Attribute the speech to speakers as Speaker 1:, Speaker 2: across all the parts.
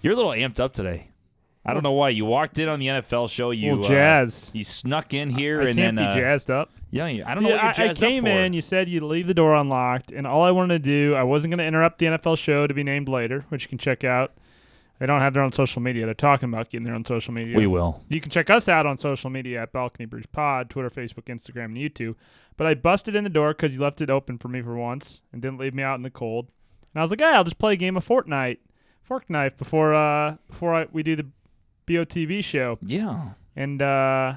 Speaker 1: You're a little amped up today. I don't know why. You walked in on the NFL show. You
Speaker 2: Little jazzed.
Speaker 1: Uh, you snuck in here
Speaker 2: I
Speaker 1: and
Speaker 2: can't
Speaker 1: then
Speaker 2: be
Speaker 1: uh,
Speaker 2: jazzed up.
Speaker 1: yeah. you- I don't know
Speaker 2: Yeah,
Speaker 1: what you're
Speaker 2: I- I,
Speaker 1: jazzed
Speaker 2: came
Speaker 1: up for.
Speaker 2: in. You said you'd leave the door unlocked, and all I wanted to do, I wasn't going to interrupt the NFL show to be named later, which you can check out. They don't have their own social media. They're talking about getting their own social media.
Speaker 1: we will.
Speaker 2: You can check us out on social media at Balcony Brews Pod, Twitter, Facebook, Instagram, and YouTube. But I busted in the door because you left it open for me for once and didn't leave me out in the cold. And I was like, "Hey, I'll just play a game of Fortnite, Fork Knife, before uh before I, we do the BOTV show."
Speaker 1: Yeah.
Speaker 2: And uh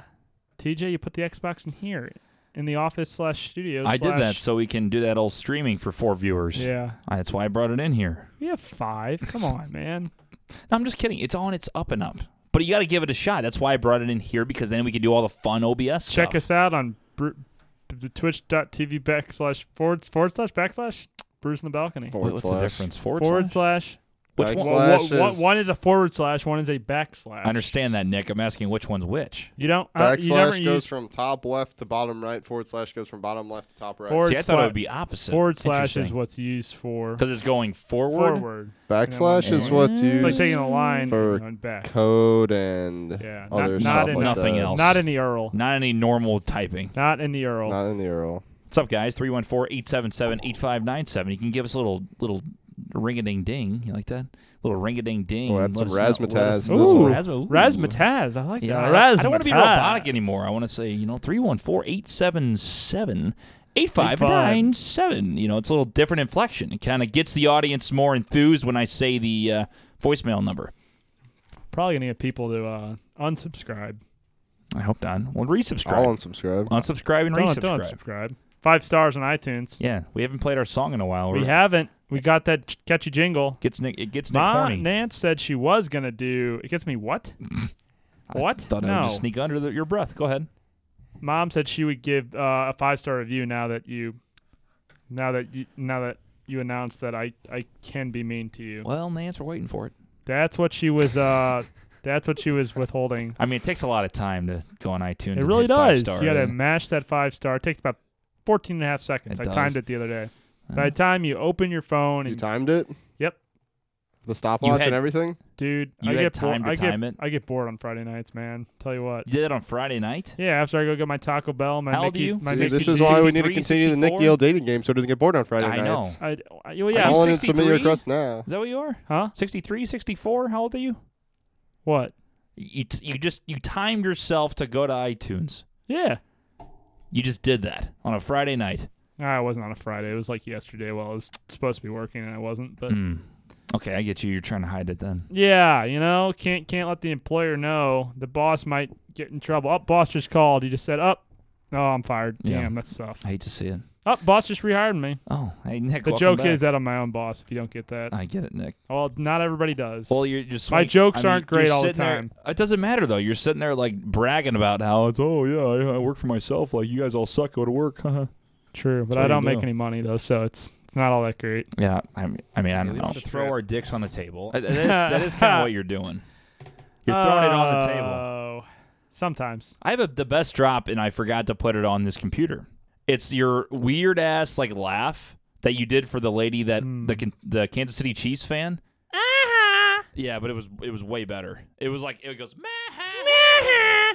Speaker 2: TJ, you put the Xbox in here in the office slash studio.
Speaker 1: I did that
Speaker 2: slash-
Speaker 1: so we can do that old streaming for four viewers.
Speaker 2: Yeah,
Speaker 1: Uh, That's why I brought it in here.
Speaker 2: we have five. Come on, man.
Speaker 1: No, I'm just kidding. It's on its up and up. But you got to give it a shot. That's why I brought it in here because then we can do all the fun OBS stuff.
Speaker 2: Check us out on br- the twitch.tv backslash forward forward slash backslash Bruce in the balcony.
Speaker 1: Wait, what's the
Speaker 3: Forward slash.
Speaker 1: difference? Forward,
Speaker 2: Forward
Speaker 1: slash?
Speaker 2: slash.
Speaker 1: Which
Speaker 3: Back
Speaker 1: one?
Speaker 3: slash.
Speaker 2: Well, one-
Speaker 3: Slashes.
Speaker 2: one is a forward slash. One is a backslash.
Speaker 1: I understand that, Nick. I'm asking which one's which.
Speaker 2: You don't. Uh, you never
Speaker 3: Backslash goes
Speaker 2: use
Speaker 3: from top left to bottom right. Forward slash goes from bottom left to top right.
Speaker 2: Forward-
Speaker 1: See, I thought it
Speaker 2: sla-
Speaker 1: would be opposite.
Speaker 2: forward slash is what's used for
Speaker 1: because it's going forward.
Speaker 2: forward.
Speaker 3: Backslash is what's
Speaker 2: It's
Speaker 3: used
Speaker 2: like taking a line
Speaker 3: For- Oh,
Speaker 2: and back.
Speaker 3: code and
Speaker 2: Yeah, not,
Speaker 3: other
Speaker 2: not
Speaker 3: stuff
Speaker 2: in
Speaker 3: like
Speaker 1: Nothing
Speaker 3: that.
Speaker 1: else.
Speaker 2: not in the Earl.
Speaker 1: Not any normal typing.
Speaker 2: Not in the Earl.
Speaker 3: Not in the Earl.
Speaker 1: What's up, guys? 314-877-8597. You can give us a little little ring a ding ding. You like that? little ring a ding ding.
Speaker 3: We'll add some Oh, razzmatazz in
Speaker 2: this one.
Speaker 1: Rasma-
Speaker 2: Razzmatazz. I like
Speaker 1: Yeah,
Speaker 2: that.
Speaker 1: I,
Speaker 2: Razzmatazz.
Speaker 1: I don't want to be robotic anymore. I want to say, you know, 314-877-8597. You know, it's a little different inflection. It kind of gets the audience more enthused when I say the uh, voicemail number.
Speaker 2: Probably gonna get people to uh, unsubscribe.
Speaker 1: I hope not. Well, resubscribe.
Speaker 3: I'll unsubscribe.
Speaker 1: Unsubscribe and
Speaker 2: Don't,
Speaker 1: resubscribe.
Speaker 2: don't subscribe. Five stars on iTunes.
Speaker 1: Yeah, we haven't played our song in a while.
Speaker 2: We
Speaker 1: We're-
Speaker 2: haven't. We got that ch- catchy jingle.
Speaker 1: Gets Nick, it gets Nick
Speaker 2: Ma
Speaker 1: horny.
Speaker 2: Nance said she was gonna do. It gets me what? what?
Speaker 1: Thought I
Speaker 2: no.
Speaker 1: would just sneak under the, your breath. Go ahead.
Speaker 2: Mom said she would give uh, a five star review now that you, now that you, now that you announced that I I can be mean to you.
Speaker 1: Well, Nance, we're waiting for it.
Speaker 2: That's what she was. Uh, that's what she was withholding.
Speaker 1: I mean, it takes a lot of time to go on iTunes.
Speaker 2: It
Speaker 1: and
Speaker 2: really
Speaker 1: hit five
Speaker 2: does.
Speaker 1: star,
Speaker 2: you got
Speaker 1: yeah.
Speaker 2: to mash that five star. It takes about 14 and a half seconds.
Speaker 1: It
Speaker 2: I
Speaker 1: does.
Speaker 2: timed it the other day. By
Speaker 1: Uh,
Speaker 2: the time you open your phone
Speaker 3: You
Speaker 2: and
Speaker 3: timed it.
Speaker 2: Yep.
Speaker 3: The stopwatch
Speaker 1: had-
Speaker 3: and everything.
Speaker 2: dude,
Speaker 1: You
Speaker 2: I
Speaker 1: had
Speaker 2: get bo-
Speaker 1: time to
Speaker 2: I get,
Speaker 1: time it?
Speaker 2: I get bored on Friday nights, man. Tell you what.
Speaker 1: you did that on Friday night.
Speaker 2: Yeah, after I go get my Taco Bell, my
Speaker 1: How old are
Speaker 2: Mickey,
Speaker 1: you?
Speaker 2: my
Speaker 3: See,
Speaker 2: Mickey,
Speaker 3: this is why we need
Speaker 1: 63,
Speaker 3: to continue the Nick
Speaker 1: 64?
Speaker 3: Yale dating game so it doesn't get bored on Friday
Speaker 1: I
Speaker 3: nights.
Speaker 1: know.
Speaker 2: I, I- well,
Speaker 1: Are
Speaker 2: yeah,
Speaker 1: you
Speaker 3: Calling in
Speaker 2: six-
Speaker 1: six- 63?
Speaker 3: some of your crust now.
Speaker 1: Is that what you are?
Speaker 2: huh?
Speaker 1: 63, 64? How old are you?
Speaker 2: What?
Speaker 1: You, t- you just you timed yourself to go to iTunes.
Speaker 2: Yeah.
Speaker 1: You just did that on a Friday night.
Speaker 2: Ah, it wasn't on a Friday. It was like yesterday. Well, I was supposed to be working and I wasn't. But
Speaker 1: Mm. Okay, I get you. You're trying to hide it then.
Speaker 2: yeah, you know, can't can't let the employer know. The boss might get in trouble. Up, boss just called. He just said, up. oh, I'm fired.
Speaker 1: Yeah.
Speaker 2: Damn, that's tough.
Speaker 1: I hate to see it.
Speaker 2: Up, Oh, boss just rehired me.
Speaker 1: Oh, hey Nick.
Speaker 2: The
Speaker 1: welcome
Speaker 2: joke
Speaker 1: back.
Speaker 2: is that I'm my own boss. If you don't get that,
Speaker 1: I get it, Nick.
Speaker 2: well, not everybody does.
Speaker 1: Well, you're just
Speaker 2: My
Speaker 1: like- I
Speaker 2: jokes
Speaker 1: mean,
Speaker 2: aren't great
Speaker 1: you're
Speaker 2: all the
Speaker 1: sitting there-
Speaker 2: time.
Speaker 1: it doesn't matter though. You're sitting there like bragging about how it's oh yeah, I, I work for myself. Like you guys all suck. Go to work. huh?"
Speaker 2: True,
Speaker 1: That's
Speaker 2: but
Speaker 1: what
Speaker 2: I
Speaker 1: you
Speaker 2: don't make
Speaker 1: do.
Speaker 2: any money though, so it's it's not all that great.
Speaker 1: yeah, I mean, I, mean, I don't
Speaker 3: we
Speaker 1: know.
Speaker 3: don't
Speaker 1: To
Speaker 3: have to
Speaker 1: throw
Speaker 3: trip.
Speaker 1: our dicks on the table. That is, kind of what you're doing. You're throwing it on the table.
Speaker 2: Oh, sometimes.
Speaker 1: I have a, the best drop, and I forgot to put it on this computer. It's your weird ass like laugh that you did for the lady that
Speaker 2: Hmm. Uh-huh.
Speaker 1: the Kan- the Kansas City Chiefs fan. Yeah, but it was it was way better. It was like it goes.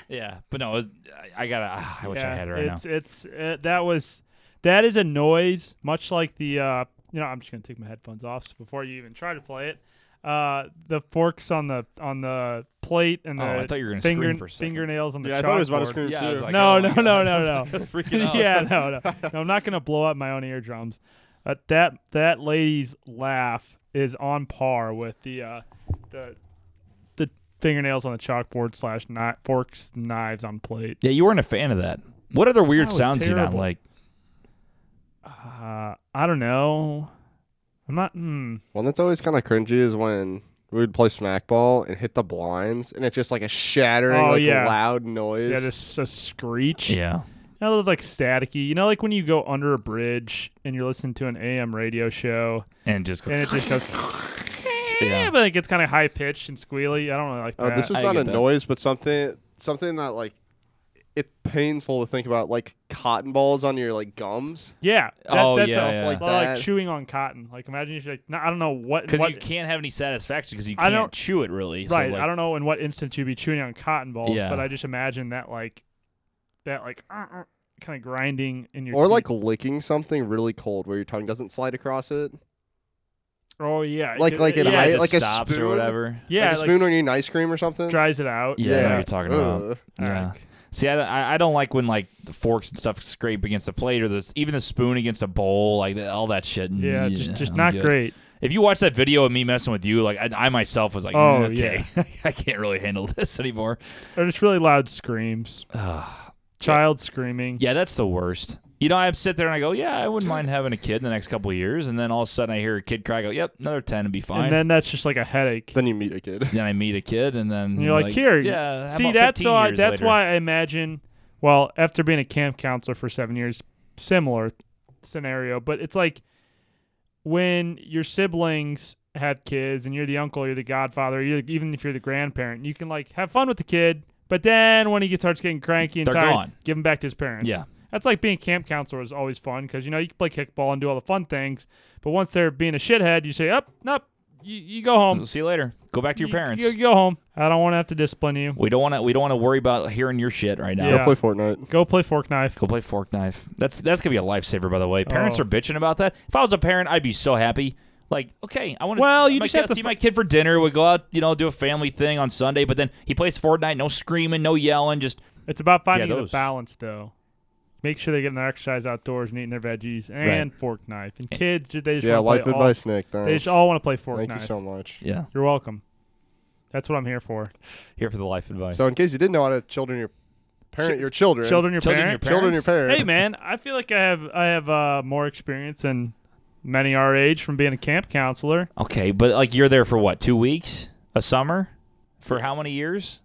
Speaker 1: Yeah, but no, it was, I, I gotta. ah, I wish I
Speaker 2: Uh-huh. Yeah,
Speaker 1: had it right now.
Speaker 2: it's, It's uh, that was that is a noise much like the uh you know I'm just gonna take my headphones off so before you even try to play it. Uh, the forks on the on the plate and the
Speaker 1: Oh, I thought you were gonna
Speaker 2: finger,
Speaker 1: scream for a second.
Speaker 2: fingernails on the
Speaker 3: Yeah, I thought it was about to
Speaker 2: chalkboard.
Speaker 3: scream
Speaker 1: Yeah, I
Speaker 3: too.
Speaker 1: was like,
Speaker 2: No,
Speaker 1: oh
Speaker 2: no,
Speaker 1: my God.
Speaker 2: no,
Speaker 1: I
Speaker 2: no,
Speaker 1: was
Speaker 2: no.
Speaker 1: freaking out.
Speaker 2: yeah, no, no, no. I'm not gonna blow up my own eardrums. But that that lady's laugh is on par with the uh, the the fingernails on the chalkboard slash kni- forks knives on plate.
Speaker 1: Yeah, you weren't a fan of that. What other weird
Speaker 2: That was
Speaker 1: sounds do you not
Speaker 2: terrible.
Speaker 1: like?
Speaker 2: Uh, I don't know. I'm not. Hmm.
Speaker 3: One that's always kind of cringy is when we would play smackball and hit the blinds, and it's just like a shattering,
Speaker 2: Oh,
Speaker 3: like
Speaker 2: yeah.
Speaker 3: loud noise.
Speaker 2: Yeah, just a screech.
Speaker 1: Yeah.
Speaker 2: You know, those like staticky. You know, like when you go under a bridge and you're listening to an AM radio show
Speaker 1: And just
Speaker 2: and it just goes. "Eh,"
Speaker 1: Yeah.
Speaker 2: but it gets kind of high pitched and squealy. I don't really like
Speaker 3: Oh,
Speaker 2: that.
Speaker 3: this is
Speaker 1: I
Speaker 3: not
Speaker 1: get
Speaker 3: a
Speaker 1: that.
Speaker 3: noise, but something something that like it's painful to think about like cotton balls on your like gums.
Speaker 2: Yeah. that-
Speaker 1: Oh,
Speaker 2: that's
Speaker 1: yeah,
Speaker 2: a-
Speaker 1: yeah.
Speaker 2: Like,
Speaker 3: Like that.
Speaker 2: chewing on cotton. Like imagine if you like no, I don't know what,
Speaker 1: because
Speaker 2: what
Speaker 1: you can't have any satisfaction because you
Speaker 2: I
Speaker 1: can't
Speaker 2: don't-
Speaker 1: chew it really. So,
Speaker 2: right.
Speaker 1: like,
Speaker 2: I don't know in what instance you'd be chewing on cotton balls,
Speaker 1: Yeah.
Speaker 2: but I just imagine that like that like kind of grinding in your
Speaker 3: Or
Speaker 2: teeth.
Speaker 3: like licking something really cold where your tongue doesn't slide across it.
Speaker 2: oh yeah
Speaker 3: like- like
Speaker 2: it,
Speaker 1: yeah,
Speaker 3: an
Speaker 2: yeah,
Speaker 3: ice-
Speaker 1: it
Speaker 2: it-
Speaker 1: just
Speaker 3: like a
Speaker 1: stops
Speaker 3: spoon?
Speaker 1: or whatever.
Speaker 2: yeah
Speaker 3: like a
Speaker 2: like,
Speaker 3: spoon when you eat ice cream or something.
Speaker 2: dries it out
Speaker 1: Yeah, I know what you're talking about.
Speaker 3: Ugh.
Speaker 2: All
Speaker 1: yeah.
Speaker 2: right.
Speaker 1: See, I don't, I I don't like when like the forks and stuff scrape against the plate or the, even the spoon against a bowl, like the, all that shit. Mm,
Speaker 2: yeah, just just
Speaker 1: I'm
Speaker 2: not
Speaker 1: good.
Speaker 2: great
Speaker 1: If you watch that video of me messing with you, like I, I myself was like,
Speaker 2: Oh,
Speaker 1: okay, I can't really handle this anymore.
Speaker 2: or just really loud screams
Speaker 1: Ah.
Speaker 2: child screaming
Speaker 1: yeah, that's the worst. You know, I sit there and I go, yeah, I wouldn't mind having a kid in the next couple of years, and then all of a sudden I hear a kid cry, I go, yep, another ten would be fine.
Speaker 2: and then that's just like a headache
Speaker 3: Then you meet a kid.
Speaker 1: Then I meet a kid, and then
Speaker 2: And you're like, here.
Speaker 1: yeah. how
Speaker 2: See,
Speaker 1: about
Speaker 2: that's
Speaker 1: 15
Speaker 2: why.
Speaker 1: years
Speaker 2: That's
Speaker 1: later?"
Speaker 2: why I imagine. Well, after being a camp counselor for seven years, similar scenario, but it's like when your siblings have kids and you're the uncle, you're the godfather, you're, even if you're the grandparent, you can like have fun with the kid, but then when he gets starts getting cranky and
Speaker 1: They're
Speaker 2: tired,
Speaker 1: gone.
Speaker 2: give him back to his parents.
Speaker 1: Yeah.
Speaker 2: That's like being a camp counselor is always fun because you know you can play kickball and do all the fun things, but once they're being a shithead, you say, "Up, up, you, you go home."
Speaker 1: See you later. Go back to your
Speaker 2: You-
Speaker 1: parents.
Speaker 2: You, you go home. I don't want to have to discipline you.
Speaker 1: We don't want to. We don't want to worry about hearing your shit right now.
Speaker 2: Yeah.
Speaker 3: Go play Fortnite.
Speaker 2: Go play fork knife.
Speaker 1: Go play fork knife. That's that's gonna be a lifesaver, by the way. Parents
Speaker 2: Oh.
Speaker 1: are bitching about that. If I was a parent, I'd be so happy. Like, okay, I want to.
Speaker 2: Well, you
Speaker 1: my
Speaker 2: just
Speaker 1: kid-
Speaker 2: have to
Speaker 1: see
Speaker 2: fi-
Speaker 1: my kid for dinner. We go out, you know, do a family thing on Sunday, but then he plays Fortnite. No screaming, no yelling. Just
Speaker 2: It's about finding the
Speaker 1: those.
Speaker 2: balance, though. Make sure they're getting their exercise outdoors and eating their veggies and fork knife.
Speaker 1: Eh.
Speaker 2: And kids, ju- they just
Speaker 3: Yeah,
Speaker 2: wanna
Speaker 3: life
Speaker 2: play
Speaker 3: advice, Nick.
Speaker 2: All,
Speaker 3: Thanks.
Speaker 2: they just all want to play fork
Speaker 3: Thank
Speaker 2: knife.
Speaker 3: you so much.
Speaker 1: yeah,
Speaker 2: You're welcome. That's what I'm here for.
Speaker 1: here for the life advice.
Speaker 3: So, in case you didn't know how to children your parent your children,
Speaker 2: Children, your
Speaker 1: Children,
Speaker 2: parent.
Speaker 1: your
Speaker 3: children your
Speaker 1: parents?
Speaker 3: parent.
Speaker 2: Hey, man, I feel like I have I have uh, more experience than many our age from being a camp counselor.
Speaker 1: okay, but like you're there for what? Two weeks? A summer? For how many years?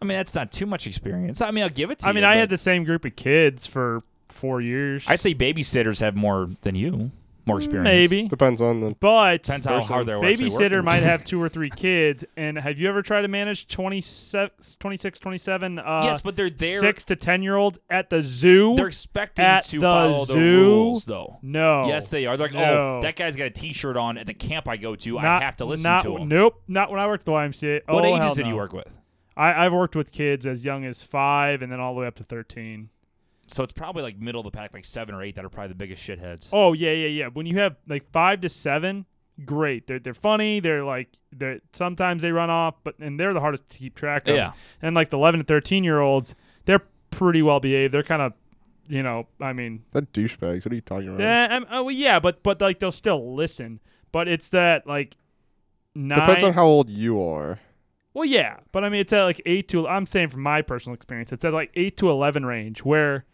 Speaker 1: I mean, that's not too much experience. I mean, I'll give it to
Speaker 2: I
Speaker 1: you.
Speaker 2: mean, I had
Speaker 1: but
Speaker 2: the same group of kids for four years.
Speaker 1: I'd say babysitters have more than you, more experience.
Speaker 2: maybe,
Speaker 3: Depends on the.
Speaker 2: but
Speaker 1: depends how hard they're actually
Speaker 2: babysitter
Speaker 1: working.
Speaker 2: might have two or three kids and have you ever tried to manage 26 26 27 uh
Speaker 1: yes, but they're there.
Speaker 2: six to 10 year olds at the zoo
Speaker 1: They're expecting
Speaker 2: at
Speaker 1: to
Speaker 2: the
Speaker 1: follow the
Speaker 2: zoo?
Speaker 1: rules, though.
Speaker 2: no
Speaker 1: Yes, they are. They're like,
Speaker 2: No.
Speaker 1: oh, that guy's got a T-shirt on at the camp I go to.
Speaker 2: Not-
Speaker 1: I have to listen
Speaker 2: not-
Speaker 1: to him.
Speaker 2: nope not when i worked at the ymca
Speaker 1: What
Speaker 2: oh, hell
Speaker 1: ages did
Speaker 2: no.
Speaker 1: you work with?
Speaker 2: I, i've worked with kids as young as five and then all the way up to 13
Speaker 1: So it's probably like middle of the pack, like seven or eight that are probably the biggest shitheads.
Speaker 2: oh yeah yeah yeah when you have like five to seven great they're, they're funny they're like they're sometimes they run off but and they're the hardest to keep track of
Speaker 1: Yeah.
Speaker 2: and like the 11 to 13 year olds they're pretty well behaved they're kind of you know i mean
Speaker 3: That douchebags. What are you talking about?
Speaker 2: Yeah, I'm, oh, well, yeah, but but like they'll still listen. But it's that like nine.
Speaker 3: Depends on how old you are.
Speaker 2: well, yeah, but I mean it's at like eight to. I'm saying from my personal experience, it's at like eight to eleven range where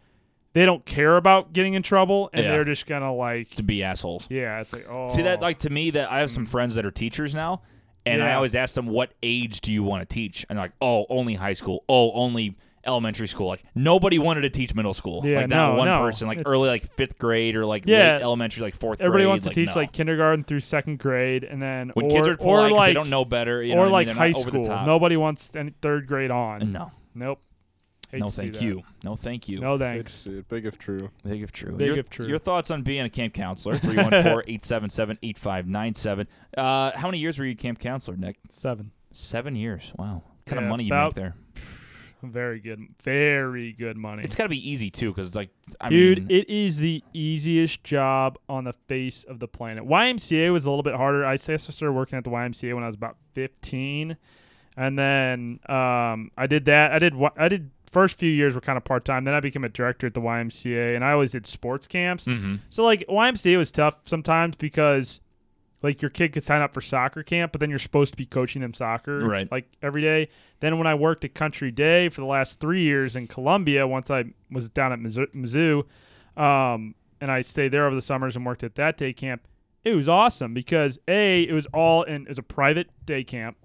Speaker 2: they don't care about getting in trouble and
Speaker 1: Yeah.
Speaker 2: they're just gonna like
Speaker 1: To be assholes.
Speaker 2: yeah, it's like oh
Speaker 1: See that? Like to me, that I have some friends that are teachers now, and I
Speaker 2: Yeah.
Speaker 1: always ask them, "What age do you want to teach?" And they're like, "Oh, only high school. Oh, only." Elementary school, like nobody wanted to teach middle school.
Speaker 2: Yeah,
Speaker 1: like not
Speaker 2: no,
Speaker 1: one
Speaker 2: no.
Speaker 1: person, like
Speaker 2: It's-
Speaker 1: early, like fifth grade or like
Speaker 2: Yeah.
Speaker 1: late elementary, like fourth.
Speaker 2: everybody
Speaker 1: grade,
Speaker 2: wants to teach
Speaker 1: no.
Speaker 2: like kindergarten through second grade and then
Speaker 1: when
Speaker 2: or,
Speaker 1: kids are
Speaker 2: or
Speaker 1: polite 'cause
Speaker 2: like
Speaker 1: they don't know better, you know what
Speaker 2: or
Speaker 1: I mean?
Speaker 2: like
Speaker 1: They're not
Speaker 2: high
Speaker 1: over the
Speaker 2: school.
Speaker 1: top.
Speaker 2: Nobody wants any third grade on.
Speaker 1: no,
Speaker 2: Nope. Hate
Speaker 1: no,
Speaker 2: to see
Speaker 1: thank
Speaker 2: that.
Speaker 1: you, no, thank you.
Speaker 2: No
Speaker 3: It's
Speaker 2: thanks.
Speaker 3: dude, big if true.
Speaker 1: Big if true.
Speaker 2: Big
Speaker 1: your,
Speaker 2: if true.
Speaker 1: Your thoughts on being a camp counselor? 314-877-8597. Uh, how many years were you camp counselor, Nick?
Speaker 2: Seven.
Speaker 1: Seven years. Wow. What kind
Speaker 2: Yeah,
Speaker 1: of money you
Speaker 2: about-
Speaker 1: make there?
Speaker 2: Very good. Very good money.
Speaker 1: It's got to be easy too, because like I
Speaker 2: Dude,
Speaker 1: mean,
Speaker 2: it is the easiest job on the face of the planet. YMCA was a little bit harder. I guess I started working at the YMCA when I was about 15, and then um, I did that. I did. wa- I did. First few years were kind of part time. Then I became a director at the YMCA, and I always did sports camps.
Speaker 1: Mhm.
Speaker 2: So like YMCA was tough sometimes because like your kid could sign up for soccer camp, but then you're supposed to be coaching them soccer
Speaker 1: Right.
Speaker 2: like every day. Then when I worked at Country Day for the last three years in Columbia, once I was down at Mizzou, Mizzou um, and I stayed there over the summers and worked at that day camp. It was awesome because a it was all in it was a private day camp.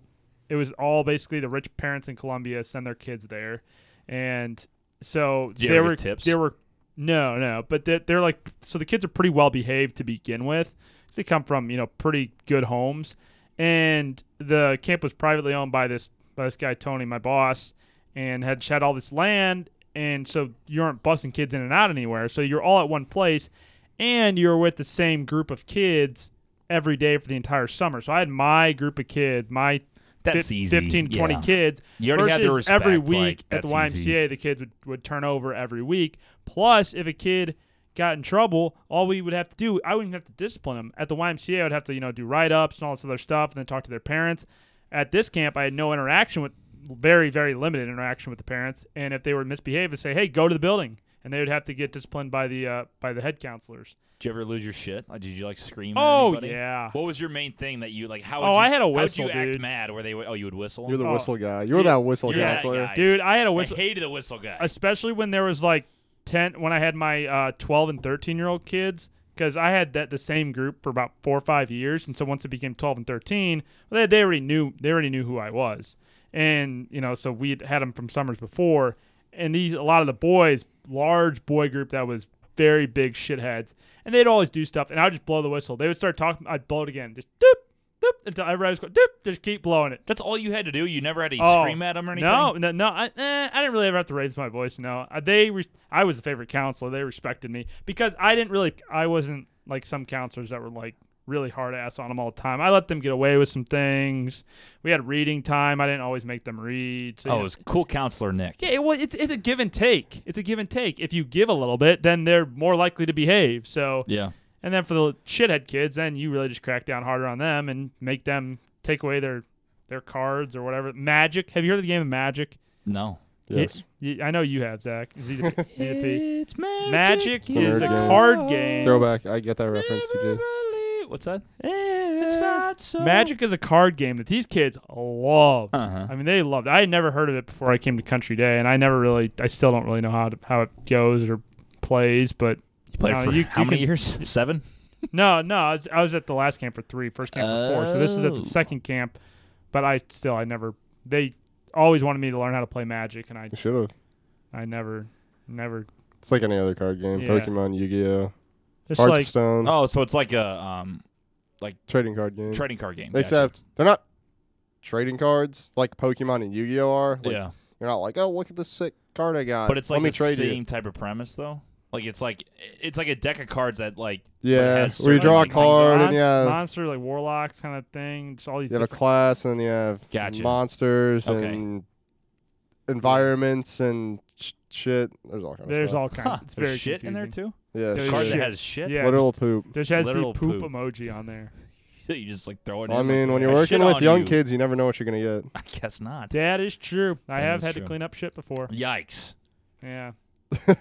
Speaker 2: It was all basically the rich parents in Columbia send their kids there, and so
Speaker 1: Did you
Speaker 2: there
Speaker 1: ever
Speaker 2: were
Speaker 1: get tips?
Speaker 2: there were no no, but they're, they're like so the kids are pretty well behaved to begin with. 'cause they come from you know pretty good homes, and the camp was privately owned by this by this guy Tony, my boss, and had had all this land. and so you aren't busting kids in and out anywhere. So you're all at one place, and you're with the same group of kids every day for the entire summer. So I had my group of kids, my
Speaker 1: That's
Speaker 2: fif-
Speaker 1: easy.
Speaker 2: 15 to 20
Speaker 1: Yeah.
Speaker 2: kids.
Speaker 1: You already had their
Speaker 2: versus every
Speaker 1: respect, like,
Speaker 2: week at the
Speaker 1: that's easy.
Speaker 2: YMCA, the kids would, would turn over every week. Plus, if a kid got in trouble, all we would have to do, I wouldn't have to discipline them. At the YMCA, I would have to, you know, do write ups and all this other stuff and then talk to their parents. At this camp, I had no interaction with, very, very limited interaction with the parents. And if they were misbehaved, I'd say, hey, go to the building. And they would have to get disciplined by the uh, by the head counselors.
Speaker 1: Did you ever lose your shit? Like, did you like scream? at
Speaker 2: Oh
Speaker 1: anybody?
Speaker 2: yeah,
Speaker 1: What was your main thing that you like? How?
Speaker 2: Oh,
Speaker 1: would you,
Speaker 2: I had a
Speaker 1: How
Speaker 2: whistle,
Speaker 1: would you act
Speaker 2: dude.
Speaker 1: mad? Where they would? Oh, you would whistle.
Speaker 3: You're the
Speaker 2: Oh.
Speaker 3: whistle guy. You're
Speaker 2: Yeah.
Speaker 3: that whistle
Speaker 1: You're that
Speaker 3: counselor.
Speaker 1: guy.
Speaker 2: dude, I had a whistle.
Speaker 1: I hated the whistle guy.
Speaker 2: especially when there was like 10 when i had my uh, 12 and 13 year old kids because i had that the same group for about four or five years and so once it became 12 and 13 they, they already knew they already knew who i was and you know so we had them from summers before and these a lot of the boys large boy group that was very big shitheads and they'd always do stuff and i would just blow the whistle they would start talking i'd blow it again just doop doop until everybody was going doop just keep blowing it
Speaker 1: That's all you had to do. You never had to
Speaker 2: Oh,
Speaker 1: scream at him or anything.
Speaker 2: no, no, no. I, eh, I didn't really ever have to raise my voice. No, Uh, they. Re- I was the favorite counselor. They respected me because I didn't really. I wasn't like some counselors that were like really hard ass on them all the time. I let them get away with some things. We had reading time. I didn't always make them read. So, you
Speaker 1: Oh, it
Speaker 2: know.
Speaker 1: was cool, counselor Nick.
Speaker 2: yeah. It, well, it's it's a give and take. It's a give and take. If you give a little bit, then they're more likely to behave. So
Speaker 1: Yeah.
Speaker 2: and then for the shithead kids, then you really just crack down harder on them and make them take away their their cards or whatever. Magic. Have you heard of the game of Magic?
Speaker 1: No.
Speaker 3: Yes.
Speaker 2: Y- y- I know you have, Zach. ZDP. ZDP.
Speaker 1: It's magic.
Speaker 2: Magic
Speaker 3: a
Speaker 2: is a
Speaker 3: nerd game.
Speaker 2: card game.
Speaker 3: Throwback. I get that reference. DJ.
Speaker 1: What's that? It's not so.
Speaker 2: Eh, Magic is a card game that these kids loved.
Speaker 1: Uh-huh.
Speaker 2: I mean, they loved. it. I had never heard of it before I came to Country Day, and I never really, I still don't really know how to, how it goes or plays. But
Speaker 1: You played
Speaker 2: No,
Speaker 1: for
Speaker 2: you-
Speaker 1: how
Speaker 2: you
Speaker 1: many
Speaker 2: can-
Speaker 1: years? Seven.
Speaker 2: no, no, I was, I was at the last camp for three, first camp for four. So this is at
Speaker 1: Oh.
Speaker 2: the second camp, but I still, I never. They always wanted me to learn how to play Magic, and I,
Speaker 3: You should have.
Speaker 2: I never, never.
Speaker 3: It's like any other card game.
Speaker 2: Yeah.
Speaker 3: Pokemon, Yu-Gi-Oh,
Speaker 2: Just like
Speaker 3: Hearthstone,
Speaker 1: Oh, so it's like a um
Speaker 3: trading card game.
Speaker 1: trading card game. Gotcha.
Speaker 3: Except they're not trading cards like Pokemon and Yu-Gi-Oh are. Like,
Speaker 1: yeah,
Speaker 3: You're not like, oh, look at this sick card I got.
Speaker 1: but it's like
Speaker 3: Let me
Speaker 1: the
Speaker 3: trade
Speaker 1: same
Speaker 3: you.
Speaker 1: type of premise though. Like it's like it's like a deck of cards that like
Speaker 3: Yeah,
Speaker 1: has
Speaker 3: where you
Speaker 1: certain,
Speaker 3: draw a
Speaker 1: like, things on
Speaker 3: card and
Speaker 2: monster,
Speaker 3: you have,
Speaker 2: monster, like warlocks kind of thing. Just all these.
Speaker 3: you have a
Speaker 2: different-
Speaker 3: class and then you have
Speaker 1: Gotcha.
Speaker 3: monsters
Speaker 1: Okay.
Speaker 3: and environments and sh- shit. There's all kinds
Speaker 2: There's
Speaker 3: of stuff.
Speaker 2: all kinds.
Speaker 1: Huh,
Speaker 2: It's
Speaker 1: there's
Speaker 2: very
Speaker 1: shit in there
Speaker 2: confusing.
Speaker 1: too.
Speaker 3: yeah,
Speaker 1: So
Speaker 2: There's
Speaker 1: a card
Speaker 2: shit.
Speaker 1: that has shit.
Speaker 2: Yeah.
Speaker 3: literal poop.
Speaker 2: Just has the
Speaker 1: Literal
Speaker 2: poop,
Speaker 1: poop.
Speaker 2: emoji on there.
Speaker 1: you just like throw it.
Speaker 3: Well, I
Speaker 1: in,
Speaker 3: mean,
Speaker 1: like,
Speaker 3: when you're
Speaker 1: "I
Speaker 3: working
Speaker 1: shit
Speaker 3: with
Speaker 1: on
Speaker 3: young
Speaker 1: you."
Speaker 3: kids, you never know what you're gonna get.
Speaker 1: I guess not.
Speaker 2: That is true. I
Speaker 1: That
Speaker 2: have
Speaker 1: is
Speaker 2: had
Speaker 1: true.
Speaker 2: to clean up shit before.
Speaker 1: Yikes!
Speaker 2: Yeah.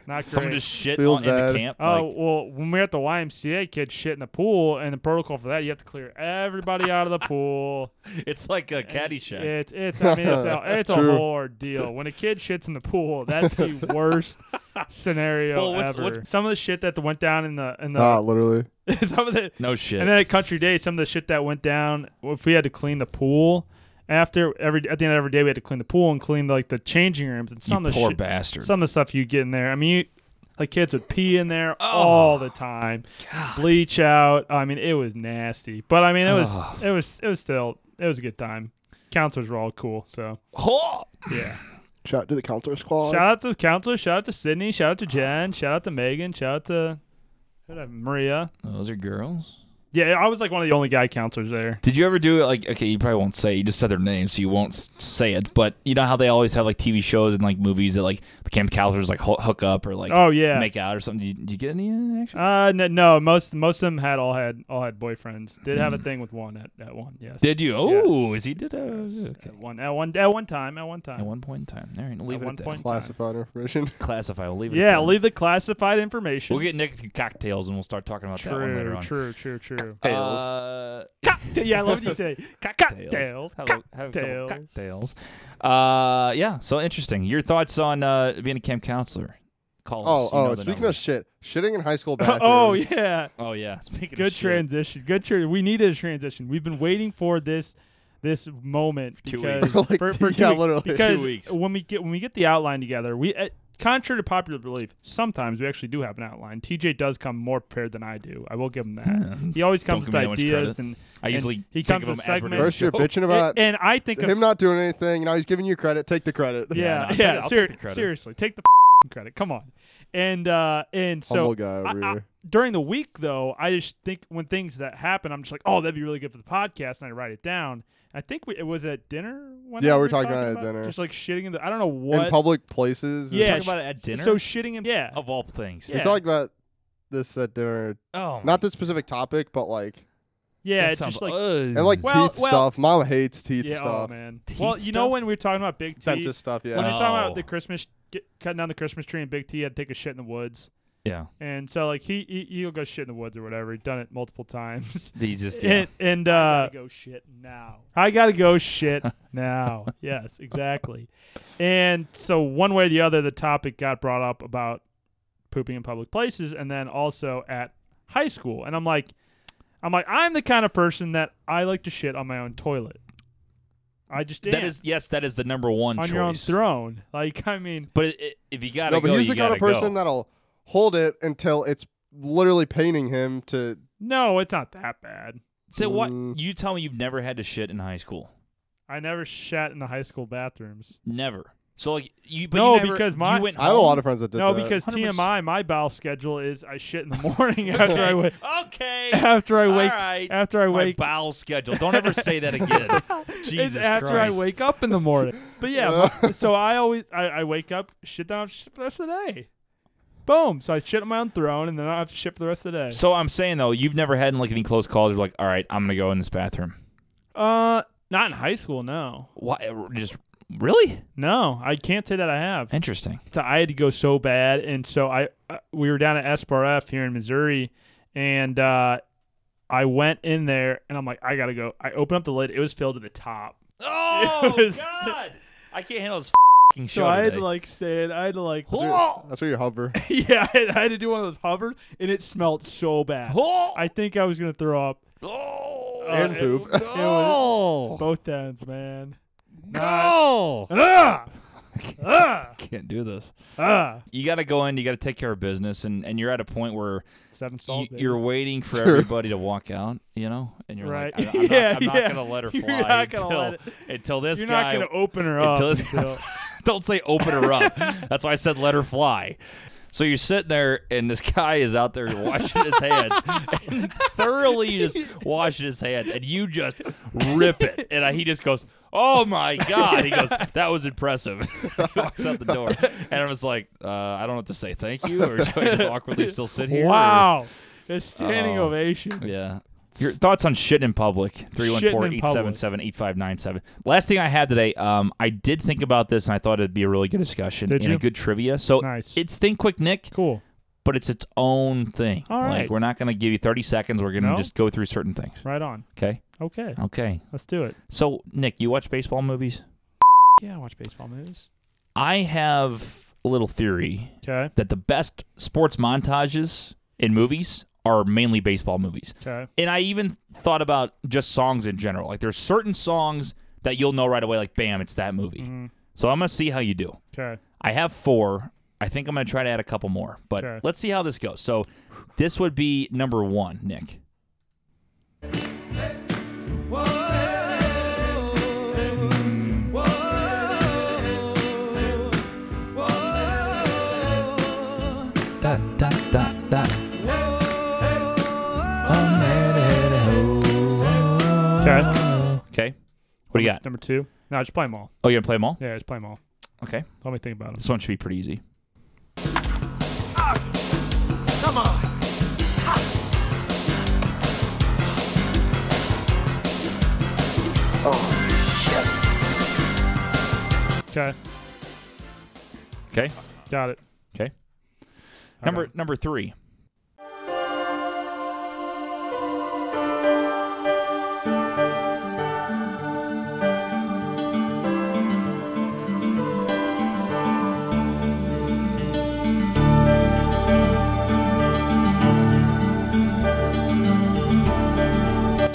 Speaker 2: Not
Speaker 1: Someone
Speaker 2: great.
Speaker 1: just shit
Speaker 3: Feels
Speaker 1: on, in the
Speaker 3: bad.
Speaker 1: camp.
Speaker 2: Oh
Speaker 1: like,
Speaker 2: well, when we were at the YMCA, kids shit in the pool, and the protocol for that, you have to clear everybody out of the pool.
Speaker 1: it's like uh, a caddy shack.
Speaker 2: It's it's I mean it's a, it's a
Speaker 3: True.
Speaker 2: whole ordeal. When a kid shits in the pool, that's the worst scenario
Speaker 1: Well, what's-
Speaker 2: ever.
Speaker 1: what-
Speaker 2: Some of the shit that went down in the in the
Speaker 3: Nah, literally.
Speaker 2: some of the
Speaker 1: No shit.
Speaker 2: And then at Country Day, some of the shit that went down, if we had to clean the pool after every at the end of every day, we had to clean the pool and clean like the changing rooms and some
Speaker 1: you
Speaker 2: of the
Speaker 1: poor
Speaker 2: shit,
Speaker 1: bastard.
Speaker 2: some of the stuff you get in there. I mean, you, like kids would pee in
Speaker 1: Oh,
Speaker 2: there all the time, bleach out. I mean, it was nasty, but I mean, it was
Speaker 1: Ugh.
Speaker 2: it was it was still it was a good time. Counselors were all cool, so
Speaker 1: Oh!
Speaker 2: yeah.
Speaker 3: Shout out to the counselor squad.
Speaker 2: shout out to the counselors. Shout out to Sydney. Shout out to Jen. Shout out to Megan. Shout out to shout out to Maria.
Speaker 1: Those are girls.
Speaker 2: Yeah, I was like one of the only guy counselors there.
Speaker 1: Did you ever do it? Like, okay, you probably won't say. it. You just said their name, so you won't s- say it. But you know how they always have like TV shows and like movies that like the camp counselors like ho- hook up or like
Speaker 2: oh yeah.
Speaker 1: make out or something. Did you, did you get any uh, action?
Speaker 2: uh no, no most most of them had all had all had boyfriends. Did have a
Speaker 1: Hmm.
Speaker 2: thing with one at, at one. Yes.
Speaker 1: Did you? Oh, is he did? Uh,
Speaker 2: Yes.
Speaker 1: okay.
Speaker 2: At one at one at one time at one time.
Speaker 1: At one point in time. All right, we'll leave
Speaker 2: At
Speaker 1: it
Speaker 2: one
Speaker 1: at that.
Speaker 2: point-
Speaker 3: Classified information.
Speaker 1: Classify. We'll leave it. at
Speaker 2: yeah,
Speaker 1: that.
Speaker 2: leave the classified information.
Speaker 1: We'll get Nick a few cocktails and we'll start talking about that one later
Speaker 2: true,
Speaker 1: on.
Speaker 2: true, true, true.
Speaker 3: Cocktails.
Speaker 1: Uh,
Speaker 2: Cocktail. Yeah, I love what you say.
Speaker 1: cocktails.
Speaker 2: Cocktails.
Speaker 1: Have a- have a couple
Speaker 2: Cocktails.
Speaker 1: cocktails. Uh, yeah. So interesting. Your thoughts on uh, being a camp counselor? Call
Speaker 3: oh,
Speaker 1: us. You know
Speaker 3: oh.
Speaker 1: the
Speaker 3: Speaking
Speaker 1: number.
Speaker 3: of shit, shitting in high school bathrooms.
Speaker 2: oh yeah.
Speaker 1: Oh yeah. Speaking
Speaker 2: Good
Speaker 1: of shit.
Speaker 2: transition. Good transition. We needed a transition. We've been waiting for this this moment
Speaker 1: two
Speaker 2: because
Speaker 3: weeks. Like,
Speaker 2: for, for two
Speaker 3: yeah,
Speaker 2: weeks.
Speaker 3: literally. Two
Speaker 2: because
Speaker 1: weeks.
Speaker 2: when we get when we get the outline together, we uh, contrary to popular belief, sometimes we actually do have an outline. TJ does come more prepared than I do. I will give him that.
Speaker 1: Yeah.
Speaker 2: He always comes
Speaker 1: Don't
Speaker 2: with
Speaker 1: give me that much
Speaker 2: ideas and
Speaker 1: I
Speaker 2: and
Speaker 1: usually
Speaker 2: he
Speaker 1: think
Speaker 2: comes
Speaker 1: of them
Speaker 2: with
Speaker 1: as we're doing
Speaker 2: segments.
Speaker 3: First, you're
Speaker 1: the show.
Speaker 3: bitching about
Speaker 2: and I think of
Speaker 3: him not doing anything. Now he's giving you credit. Take the credit.
Speaker 1: Yeah, no,
Speaker 2: yeah
Speaker 1: I'll
Speaker 2: yeah,
Speaker 1: take it- I'll
Speaker 2: ser-
Speaker 1: take the credit.
Speaker 2: seriously take the some credit. Come on. And uh and so
Speaker 3: Humble guy
Speaker 2: I-
Speaker 3: over
Speaker 2: I-
Speaker 3: here.
Speaker 2: during the week though, I just think when things that happen, I'm just like, oh, that'd be really good for the podcast, and I write it down. I think we, it was at dinner. One
Speaker 3: Yeah,
Speaker 2: night
Speaker 3: we were
Speaker 2: were
Speaker 3: talking about it at dinner.
Speaker 2: Just like shitting in the. I don't know what.
Speaker 3: In public places.
Speaker 2: Yeah,
Speaker 1: Talking
Speaker 2: sh-
Speaker 1: about it at dinner Oh,
Speaker 2: So shitting in. Yeah.
Speaker 1: of all things.
Speaker 3: We
Speaker 2: Yeah.
Speaker 3: talked about this at dinner.
Speaker 1: Oh,
Speaker 3: Not this specific topic, but like
Speaker 2: Yeah.
Speaker 1: that
Speaker 2: it's
Speaker 1: sounds
Speaker 2: just like.
Speaker 3: and like
Speaker 2: Well,
Speaker 3: teeth
Speaker 2: well-
Speaker 3: stuff. Mom hates teeth
Speaker 2: yeah. Oh
Speaker 3: stuff.
Speaker 2: man.
Speaker 1: Teeth
Speaker 2: well, you know
Speaker 1: stuff?
Speaker 2: when we were talking about big T.
Speaker 3: Dentist stuff. Yeah.
Speaker 2: When we were talking about
Speaker 1: Oh.
Speaker 2: the Christmas, get, cutting down the Christmas tree, and Big T had to take a shit in the woods,
Speaker 1: yeah.
Speaker 2: and so like he, he he'll go shit in the woods or whatever. He's done it multiple times.
Speaker 1: They just yeah.
Speaker 2: and and uh, go shit now. I gotta go shit now. Yes, exactly. And so one way or the other, the topic got brought up about pooping in public places, and then also at high school. And I'm like, I'm like, I'm the kind of person that I like to shit on my own toilet. I just
Speaker 1: that
Speaker 2: am.
Speaker 1: is yes, that is the number one
Speaker 2: on
Speaker 1: choice.
Speaker 2: your own throne. Like, I mean,
Speaker 1: But it, it, if you gotta
Speaker 3: No, but
Speaker 1: go,
Speaker 3: he's
Speaker 1: you
Speaker 3: the kind of
Speaker 1: gotta
Speaker 3: person
Speaker 1: go.
Speaker 3: that'll hold it until it's literally paining him to.
Speaker 2: no, it's not that bad.
Speaker 1: so what?
Speaker 3: Mm.
Speaker 1: You tell me you've never had to shit in high school?
Speaker 2: I never shat in the high school bathrooms.
Speaker 1: Never. So like you, but
Speaker 2: No,
Speaker 1: you never,
Speaker 2: because
Speaker 1: you
Speaker 2: my-
Speaker 1: went
Speaker 3: I have a
Speaker 1: home?
Speaker 3: lot of friends that did
Speaker 2: No,
Speaker 3: that.
Speaker 2: because
Speaker 1: 100%.
Speaker 2: TMI, my bowel schedule is I shit in the morning after I wake.
Speaker 1: okay. okay.
Speaker 2: after I
Speaker 1: All
Speaker 2: wake
Speaker 1: right.
Speaker 2: after I
Speaker 1: My
Speaker 2: wake
Speaker 1: bowel schedule. Don't ever say that again. Jesus
Speaker 2: is after
Speaker 1: Christ.
Speaker 2: I wake up in the morning. But yeah, my- so I always I, I wake up shit down shit for the rest of the day. Boom. So I shit on my own throne and then I have to shit for the rest of the day.
Speaker 1: So I'm saying though, you've never had like any close calls. You're like, all right, I'm gonna go in this bathroom.
Speaker 2: Uh not in high school, no.
Speaker 1: Why? er, Just really
Speaker 2: No, I can't say that I have.
Speaker 1: interesting.
Speaker 2: So I had to go so bad, and so I uh, we were down at SBRF here in Missouri, and uh, I went in there, and I'm like, I gotta go. I opened up the lid; it was filled to the top.
Speaker 1: Oh
Speaker 2: was-
Speaker 1: God! I can't handle this fing show.
Speaker 2: So I had
Speaker 1: today.
Speaker 2: to like stand. I had to like,
Speaker 1: Whoa!
Speaker 3: that's where you hover.
Speaker 2: yeah, I had, I had to do one of those hovers, and it smelled so bad.
Speaker 1: Whoa!
Speaker 2: I Uh, think I was gonna throw up
Speaker 1: Oh,
Speaker 2: And
Speaker 1: it-
Speaker 3: poop.
Speaker 1: No.
Speaker 3: It
Speaker 1: Oh.
Speaker 2: both ends, man.
Speaker 1: No.
Speaker 2: Ah, ah,
Speaker 1: Can't do this.
Speaker 2: ah.
Speaker 1: You got to go in. You got to take care of business, and, and you're at a point where
Speaker 2: Seven
Speaker 1: you,
Speaker 2: salt. baby.
Speaker 1: you're waiting for
Speaker 3: Sure.
Speaker 1: everybody to walk out. You know, and you're
Speaker 2: Right.
Speaker 1: like, I- I'm, not-
Speaker 2: Yeah,
Speaker 1: I'm not,
Speaker 2: yeah.
Speaker 1: gonna let her
Speaker 2: You're
Speaker 1: fly
Speaker 2: not gonna
Speaker 1: until
Speaker 2: let it-
Speaker 1: until this
Speaker 2: You're
Speaker 1: guy.
Speaker 2: not gonna open her up.
Speaker 1: until this-
Speaker 2: until-
Speaker 1: Don't say open her up. That's why I said let her fly. So you're sitting there, and this guy is out there washing his hands, and thoroughly just washing his hands, and you just rip it, and I, he just goes, "Oh my god!" He goes, "That was impressive." he walks out the door, and I was like, uh, "I don't know what to say, thank you," or do I just awkwardly still sit here? or-
Speaker 2: Wow. A standing
Speaker 1: Oh.
Speaker 2: ovation.
Speaker 1: Yeah. Your thoughts on shitting in public?
Speaker 2: Shitting in public.
Speaker 1: 314-877-8597. Last thing I had today, um, I did think about this and I thought it'd be a really good discussion
Speaker 2: Did
Speaker 1: and
Speaker 2: you?
Speaker 1: a good trivia. So
Speaker 2: Nice.
Speaker 1: it's Think Quick Nick,
Speaker 2: Cool.
Speaker 1: but it's its own thing.
Speaker 2: All
Speaker 1: like
Speaker 2: right.
Speaker 1: we're not gonna give you thirty seconds, we're gonna
Speaker 2: No?
Speaker 1: just go through certain things.
Speaker 2: Right on.
Speaker 1: Okay?
Speaker 2: Okay.
Speaker 1: Okay.
Speaker 2: Let's do it.
Speaker 1: So Nick, you watch baseball movies?
Speaker 2: Yeah, I watch baseball movies.
Speaker 1: I have a little theory
Speaker 2: Okay.
Speaker 1: that the best sports montages in movies are mainly baseball movies.
Speaker 2: Okay.
Speaker 1: and I even thought about just songs in general. Like there's certain songs that you'll know right away, like bam, it's that movie. So I'm gonna see how you do.
Speaker 2: Mm, Okay.
Speaker 1: I have four. I think I'm gonna try to add a couple more, but
Speaker 2: Okay.
Speaker 1: let's see how this goes. So this would be number one, Nick.
Speaker 2: Okay.
Speaker 1: Okay, what do you got?
Speaker 2: Number two. No, just play them all.
Speaker 1: Oh, you gonna play them all?
Speaker 2: Yeah, just play them all.
Speaker 1: Okay,
Speaker 2: Let me think about them.
Speaker 1: this one should be pretty easy.
Speaker 2: Okay.
Speaker 1: Okay,
Speaker 2: Got it.
Speaker 1: okay.
Speaker 2: All
Speaker 1: Number
Speaker 2: right.
Speaker 1: number three.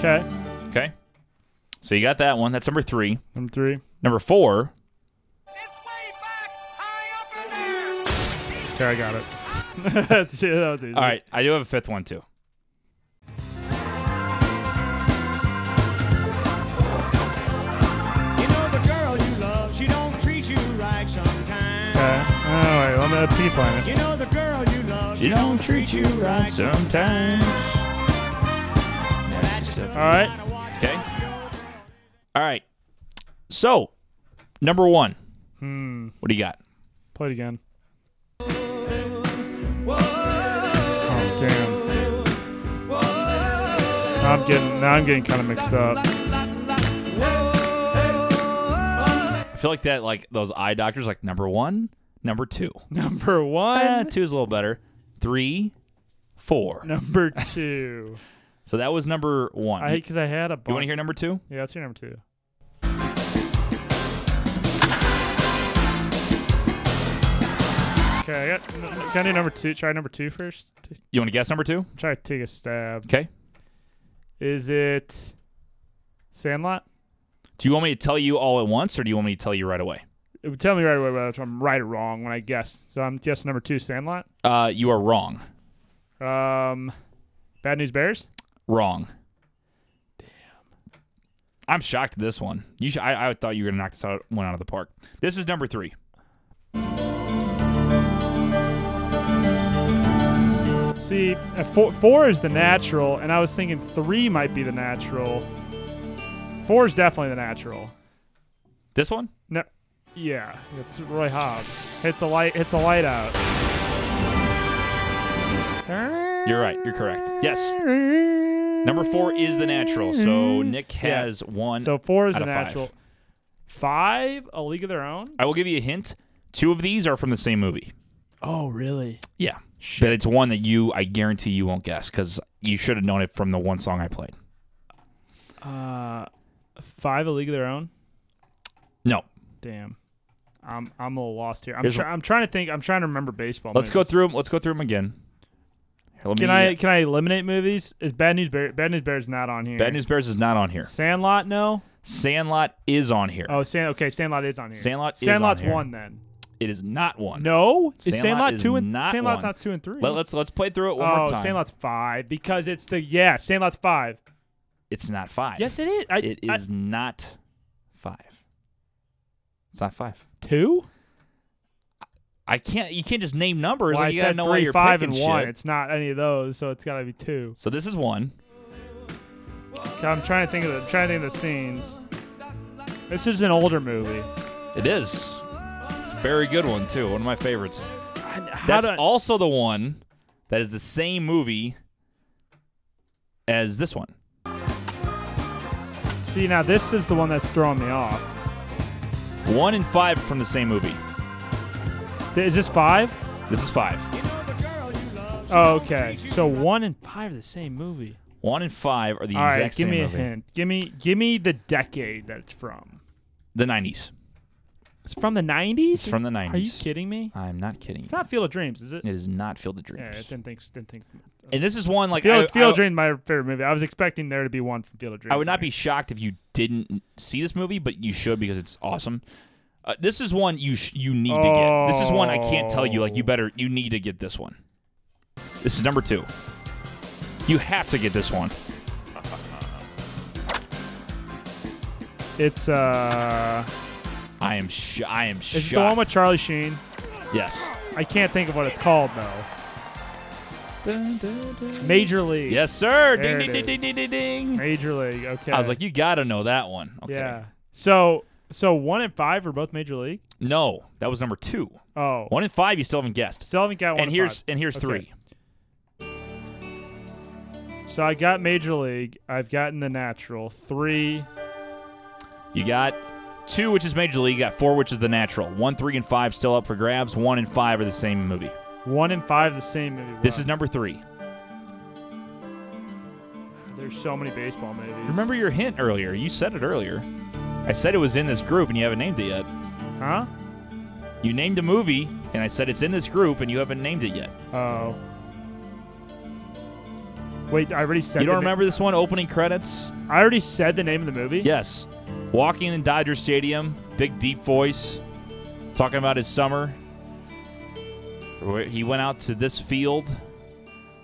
Speaker 2: Okay.
Speaker 1: Okay, so you got that one. That's number three.
Speaker 2: Number three.
Speaker 1: Number four.
Speaker 4: It's way back, high up in there.
Speaker 2: Okay, I got it. That's yeah, that was easy.
Speaker 1: All right, I do have a fifth one too.
Speaker 5: You know the girl you love, she don't treat you right sometimes.
Speaker 2: Okay. All right. Let the pea planet.
Speaker 5: You know the girl you love.
Speaker 1: She don't treat you right sometimes.
Speaker 2: All right.
Speaker 1: Okay. All right. So, number one.
Speaker 2: Hmm.
Speaker 1: What do you got?
Speaker 2: Play it again. Oh damn. Now I'm getting now I'm getting kind of mixed up.
Speaker 1: I feel like that, like those eye doctors, like number one, number two.
Speaker 2: Number
Speaker 1: Eh,
Speaker 2: one.
Speaker 1: two is a little better. Three, four.
Speaker 2: Number two.
Speaker 1: So that was number one.
Speaker 2: I because I had a.
Speaker 1: you want
Speaker 2: bunch.
Speaker 1: to hear number two?
Speaker 2: Yeah, that's your number two. Okay, I got. n- Can I do number two? Try number two first. T-
Speaker 1: You want to guess number two?
Speaker 2: Try to take a stab.
Speaker 1: Okay.
Speaker 2: Is it Sandlot?
Speaker 1: Do you want me to tell you all at once, or do you want me to tell you right away?
Speaker 2: It would tell me right away whether I'm right or wrong when I guess. So I'm guessing number two, Sandlot.
Speaker 1: Uh, you are wrong.
Speaker 2: Um, Bad News Bears.
Speaker 1: Wrong. Damn. I'm shocked at this one. You sh- I, I thought you were gonna knock this out one out of the park. This is number three.
Speaker 2: See, uh, four, four is the natural, and I was thinking three might be the natural. Four is definitely the natural.
Speaker 1: This one?
Speaker 2: No, yeah, it's Roy Hobbs. Hits a light. Hits a light out.
Speaker 1: You're right. You're correct. Yes. Number four is the natural. So Nick has one.
Speaker 2: Mm-hmm. So four is
Speaker 1: out
Speaker 2: the
Speaker 1: of five.
Speaker 2: natural. Five, A League of Their Own.
Speaker 1: I will give you a hint. Two of these are from the same movie.
Speaker 2: Oh, really?
Speaker 1: Yeah. But it's one that you, I guarantee you won't guess because you should have known it from the one song I played.
Speaker 2: Uh, five, A League of Their Own.
Speaker 1: No.
Speaker 2: Damn. I'm I'm a little lost here. I'm
Speaker 1: Here's
Speaker 2: try,
Speaker 1: one.
Speaker 2: I'm trying to think. I'm trying to remember baseball.
Speaker 1: Let's go
Speaker 2: movies.
Speaker 1: through them. Let's go through them again. Here, let
Speaker 2: Oh, Can
Speaker 1: me-
Speaker 2: I can I eliminate movies? Is Bad News Bear Bad News Bears not on here?
Speaker 1: Bad News Bears is not on here.
Speaker 2: Sandlot no.
Speaker 1: Sandlot is on here.
Speaker 2: Oh, Sand okay, Sandlot is on here.
Speaker 1: Sandlot is on
Speaker 2: Sandlot's
Speaker 1: here.
Speaker 2: one then.
Speaker 1: It is not one.
Speaker 2: No, is
Speaker 1: Sandlot
Speaker 2: Sandlot
Speaker 1: is
Speaker 2: two and
Speaker 1: not
Speaker 2: Sandlot's
Speaker 1: one.
Speaker 2: not two and three.
Speaker 1: Let, us let's play through it one
Speaker 2: oh,
Speaker 1: more time.
Speaker 2: Sandlot's five because it's the yeah. Sandlot's five.
Speaker 1: It's not five.
Speaker 2: Yes, it is. I,
Speaker 1: It
Speaker 2: I-
Speaker 1: is not five. It's not five.
Speaker 2: two.
Speaker 1: I can't. You can't just name numbers.
Speaker 2: Well,
Speaker 1: like,
Speaker 2: I
Speaker 1: you gotta
Speaker 2: said
Speaker 1: know why
Speaker 2: three,
Speaker 1: you're
Speaker 2: five, and
Speaker 1: picking
Speaker 2: one.
Speaker 1: shit.
Speaker 2: It's not any of those, so it's got to be two.
Speaker 1: So this is one.
Speaker 2: I'm trying to think of the I'm trying to think of the scenes. This is an older movie.
Speaker 1: It is. It's a very good one too. One of my favorites.
Speaker 2: How
Speaker 1: That's
Speaker 2: do I-
Speaker 1: also the one that is the same movie as this one.
Speaker 2: See, now this is the one that's throwing me off.
Speaker 1: One and five from the same movie.
Speaker 2: Th- Is this five?
Speaker 1: This is five.
Speaker 2: Oh, okay. So one and five are the same movie.
Speaker 1: One and five are the
Speaker 2: All
Speaker 1: exact
Speaker 2: right, give
Speaker 1: same
Speaker 2: me
Speaker 1: movie.
Speaker 2: a hint. Give me, give me the decade that it's from.
Speaker 1: The nineties.
Speaker 2: It's from the '90s.
Speaker 1: It's from the
Speaker 2: Are you
Speaker 1: nineties.
Speaker 2: kidding me?
Speaker 1: I'm not kidding.
Speaker 2: It's not Field of Dreams, is it?
Speaker 1: It is not Field of
Speaker 2: Yeah,
Speaker 1: Dreams.
Speaker 2: I didn't think. Didn't think.
Speaker 1: and this is one like
Speaker 2: Field,
Speaker 1: I,
Speaker 2: Field
Speaker 1: I-
Speaker 2: of Dreams, my favorite movie. I was expecting there to be one from Field of Dreams.
Speaker 1: I would not be shocked if you didn't see this movie, but you should because it's awesome. Uh, this is one you sh- you need to get. This is one I can't tell you. Like you
Speaker 2: Oh.
Speaker 1: better you need to get this one. This is number two. You have to get this one.
Speaker 2: It's uh,
Speaker 1: I am sh- I am
Speaker 2: it's
Speaker 1: shocked.
Speaker 2: the one with Charlie Sheen.
Speaker 1: yes.
Speaker 2: I can't think of what it's called though. Major League.
Speaker 1: Yes, sir. Ding
Speaker 2: There
Speaker 1: ding ding
Speaker 2: it
Speaker 1: ding ding
Speaker 2: is.
Speaker 1: ding ding.
Speaker 2: Major League. Okay.
Speaker 1: I was like, you gotta know that one. Okay.
Speaker 2: yeah. So, so one and five are both Major League.
Speaker 1: No, that was number two.
Speaker 2: Oh,
Speaker 1: One in five. You still haven't guessed.
Speaker 2: Still haven't got one.
Speaker 1: and
Speaker 2: to
Speaker 1: here's
Speaker 2: five.
Speaker 1: and here's
Speaker 2: Okay.
Speaker 1: three.
Speaker 2: So I got Major League. I've gotten the natural three.
Speaker 1: You got two, which is Major League. You got four, which is the natural. One, three, and five still up for grabs. One and five are the same movie.
Speaker 2: One and five the same movie.
Speaker 1: This
Speaker 2: Wow.
Speaker 1: is number three.
Speaker 2: There's so many baseball movies.
Speaker 1: Remember your hint earlier. You said it earlier. I said it was in this group, and you haven't named it yet.
Speaker 2: Huh?
Speaker 1: You named a movie, and I said it's in this group, and you haven't named it yet.
Speaker 2: Oh. Wait, I already said.
Speaker 1: You don't
Speaker 2: the na-
Speaker 1: remember this one? Opening credits?
Speaker 2: I already said the name of the movie.
Speaker 1: Yes. Walking in Dodger Stadium, big deep voice, talking about his summer. Where He went out to this field.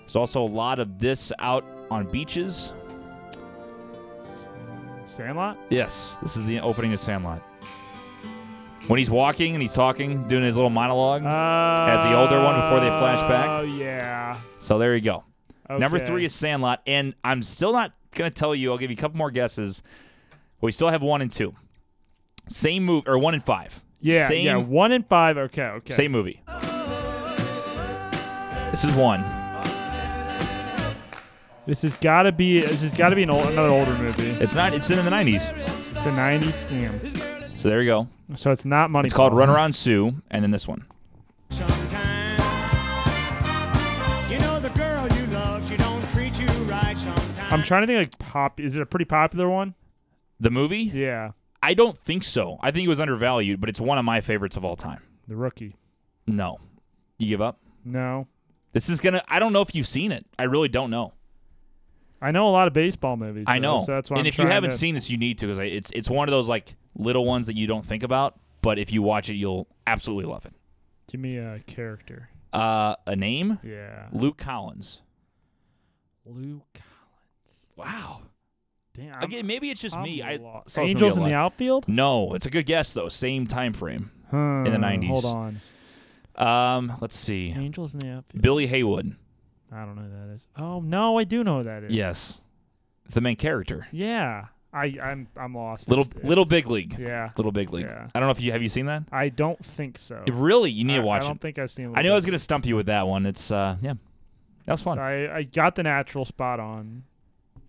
Speaker 1: There's also a lot of this out on beaches.
Speaker 2: Sandlot.
Speaker 1: Yes, this is the opening of Sandlot. When he's walking and he's talking, doing his little monologue.
Speaker 2: Uh,
Speaker 1: As the older one before they flash back?
Speaker 2: Oh yeah.
Speaker 1: so there you go. Number
Speaker 2: Okay.
Speaker 1: three is Sandlot, and I'm still not gonna tell you. I'll give you a couple more guesses. We still have one and two. Same move or one and five.
Speaker 2: yeah
Speaker 1: Same
Speaker 2: yeah one in five. Okay okay.
Speaker 1: Same movie. This is one.
Speaker 2: This has got to be this has got to be an old, another older movie.
Speaker 1: It's not. It's in the '90s.
Speaker 2: It's a '90s damn.
Speaker 1: So there you go.
Speaker 2: So it's not money.
Speaker 1: It's called Run Around Sue, and then this one.
Speaker 5: Sometimes, you know the girl you love, she don't treat you right sometimes.
Speaker 2: I'm trying to think like pop. Is it a pretty popular one?
Speaker 1: The movie?
Speaker 2: Yeah,
Speaker 1: I don't think so. I think it was undervalued, but it's one of my favorites of all time.
Speaker 2: The Rookie.
Speaker 1: No, you give up.
Speaker 2: No,
Speaker 1: This is gonna. I don't know if you've seen it. I really don't know.
Speaker 2: I know a lot of baseball movies.
Speaker 1: I
Speaker 2: though,
Speaker 1: know.
Speaker 2: So that's why.
Speaker 1: and
Speaker 2: I'm
Speaker 1: if you
Speaker 2: trying
Speaker 1: haven't
Speaker 2: to-
Speaker 1: seen this, you need to because it's it's one of those like little ones that you don't think about, but if you watch it, you'll absolutely love it.
Speaker 2: give me a character.
Speaker 1: Uh, a name:
Speaker 2: Yeah,
Speaker 1: Luke Collins.
Speaker 2: Luke.
Speaker 1: Wow.
Speaker 2: Damn. I'm-
Speaker 1: Again, maybe it's just
Speaker 2: I'm
Speaker 1: me. I
Speaker 2: lost.
Speaker 1: saw this movie
Speaker 2: Angels
Speaker 1: a
Speaker 2: in the
Speaker 1: lot.
Speaker 2: outfield.
Speaker 1: No, it's a good guess though. Same time frame.
Speaker 2: Huh,
Speaker 1: 90s.
Speaker 2: Hold on.
Speaker 1: Um, let's see.
Speaker 2: Angels in the outfield.
Speaker 1: Billy Haywood.
Speaker 2: I don't know who that is. Oh no, I do know who that is.
Speaker 1: Yes, it's the main character.
Speaker 2: Yeah. I I'm I'm lost.
Speaker 1: Little
Speaker 2: It's-
Speaker 1: Little Big League.
Speaker 2: Yeah.
Speaker 1: Little Big League.
Speaker 2: Yeah.
Speaker 1: I don't know if you have you seen that.
Speaker 2: I don't think so.
Speaker 1: Really, you need to
Speaker 2: I-
Speaker 1: watch
Speaker 2: I don't
Speaker 1: it.
Speaker 2: think I've seen.
Speaker 1: I knew I was gonna stump you with that one. It's uh, yeah, that was fun.
Speaker 2: So I, I got the natural spot on.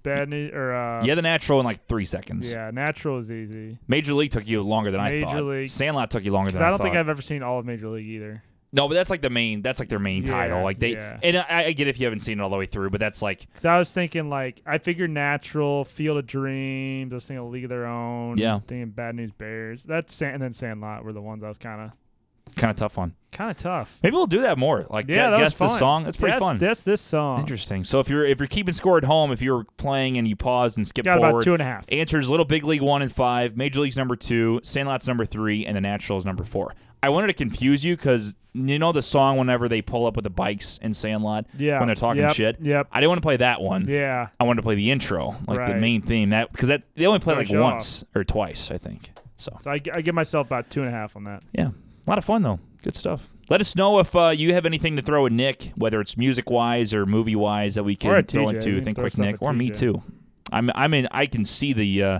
Speaker 2: Bad news or uh,
Speaker 1: Yeah, the natural in like three seconds.
Speaker 2: yeah, natural is easy.
Speaker 1: Major League took you longer than
Speaker 2: Major
Speaker 1: I thought.
Speaker 2: League.
Speaker 1: Sandlot took you longer
Speaker 2: 'Cause
Speaker 1: than
Speaker 2: I
Speaker 1: I,
Speaker 2: don't
Speaker 1: thought.
Speaker 2: think I've ever seen all of Major League either.
Speaker 1: no, but that's like the main. That's like their main
Speaker 2: Yeah,
Speaker 1: title. Like they
Speaker 2: yeah.
Speaker 1: and I, I get if you haven't seen it all the way through, but that's like
Speaker 2: Because I was thinking like I figured natural, Field of Dreams. I was thinking League of Their Own.
Speaker 1: Yeah.
Speaker 2: Thinking Bad News Bears. That's San- and then Sandlot were the ones I was kind of
Speaker 1: kind of tough one.
Speaker 2: kind of tough.
Speaker 1: Maybe we'll do that more. Like gu-
Speaker 2: Yeah, that
Speaker 1: guess this
Speaker 2: was fun.
Speaker 1: song. That's pretty
Speaker 2: Guess
Speaker 1: fun.
Speaker 2: This this song.
Speaker 1: Interesting. So if you're if you're keeping score at home, if you're playing and you paused and skipped
Speaker 2: Got
Speaker 1: forward,
Speaker 2: about two and a half.
Speaker 1: Answers Little Big League one and five, Major League's number two, Sandlot's number three, and the Natural's number four. I wanted to confuse you because you know the song whenever they pull up with the bikes in Sandlot
Speaker 2: Yeah.
Speaker 1: when they're talking
Speaker 2: Yep.
Speaker 1: shit.
Speaker 2: Yep.
Speaker 1: I didn't want to play that one.
Speaker 2: yeah.
Speaker 1: I wanted to play the intro, like the
Speaker 2: Right.
Speaker 1: main theme. That because that they only played
Speaker 2: Throws
Speaker 1: like
Speaker 2: you off.
Speaker 1: once or twice, I think. So
Speaker 2: So I, g- I give myself about two and a half on that.
Speaker 1: yeah, a lot of fun though. Good stuff. Let us know if uh, you have anything to throw at Nick, whether it's music wise or movie wise that we can
Speaker 2: Or at
Speaker 1: throw
Speaker 2: TJ. We
Speaker 1: into
Speaker 2: can
Speaker 1: Think
Speaker 2: throw
Speaker 1: Quick
Speaker 2: stuff
Speaker 1: Nick
Speaker 2: at
Speaker 1: or me
Speaker 2: TJ.
Speaker 1: too. I'm I'm in. I can see the uh,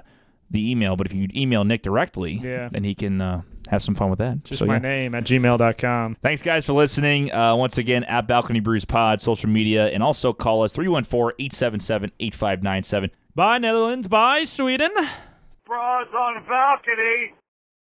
Speaker 1: the email, but if you email Nick directly,
Speaker 2: Yeah.
Speaker 1: then he can uh, have some fun with that.
Speaker 2: Just
Speaker 1: so
Speaker 2: my
Speaker 1: yeah.
Speaker 2: name at gmail.com.
Speaker 1: Thanks, guys, for listening. Uh, once again, at Balcony Brews Pod, social media, and also call us 314 877 8597.
Speaker 2: Bye Netherlands. Bye Sweden.
Speaker 6: Bras on balcony.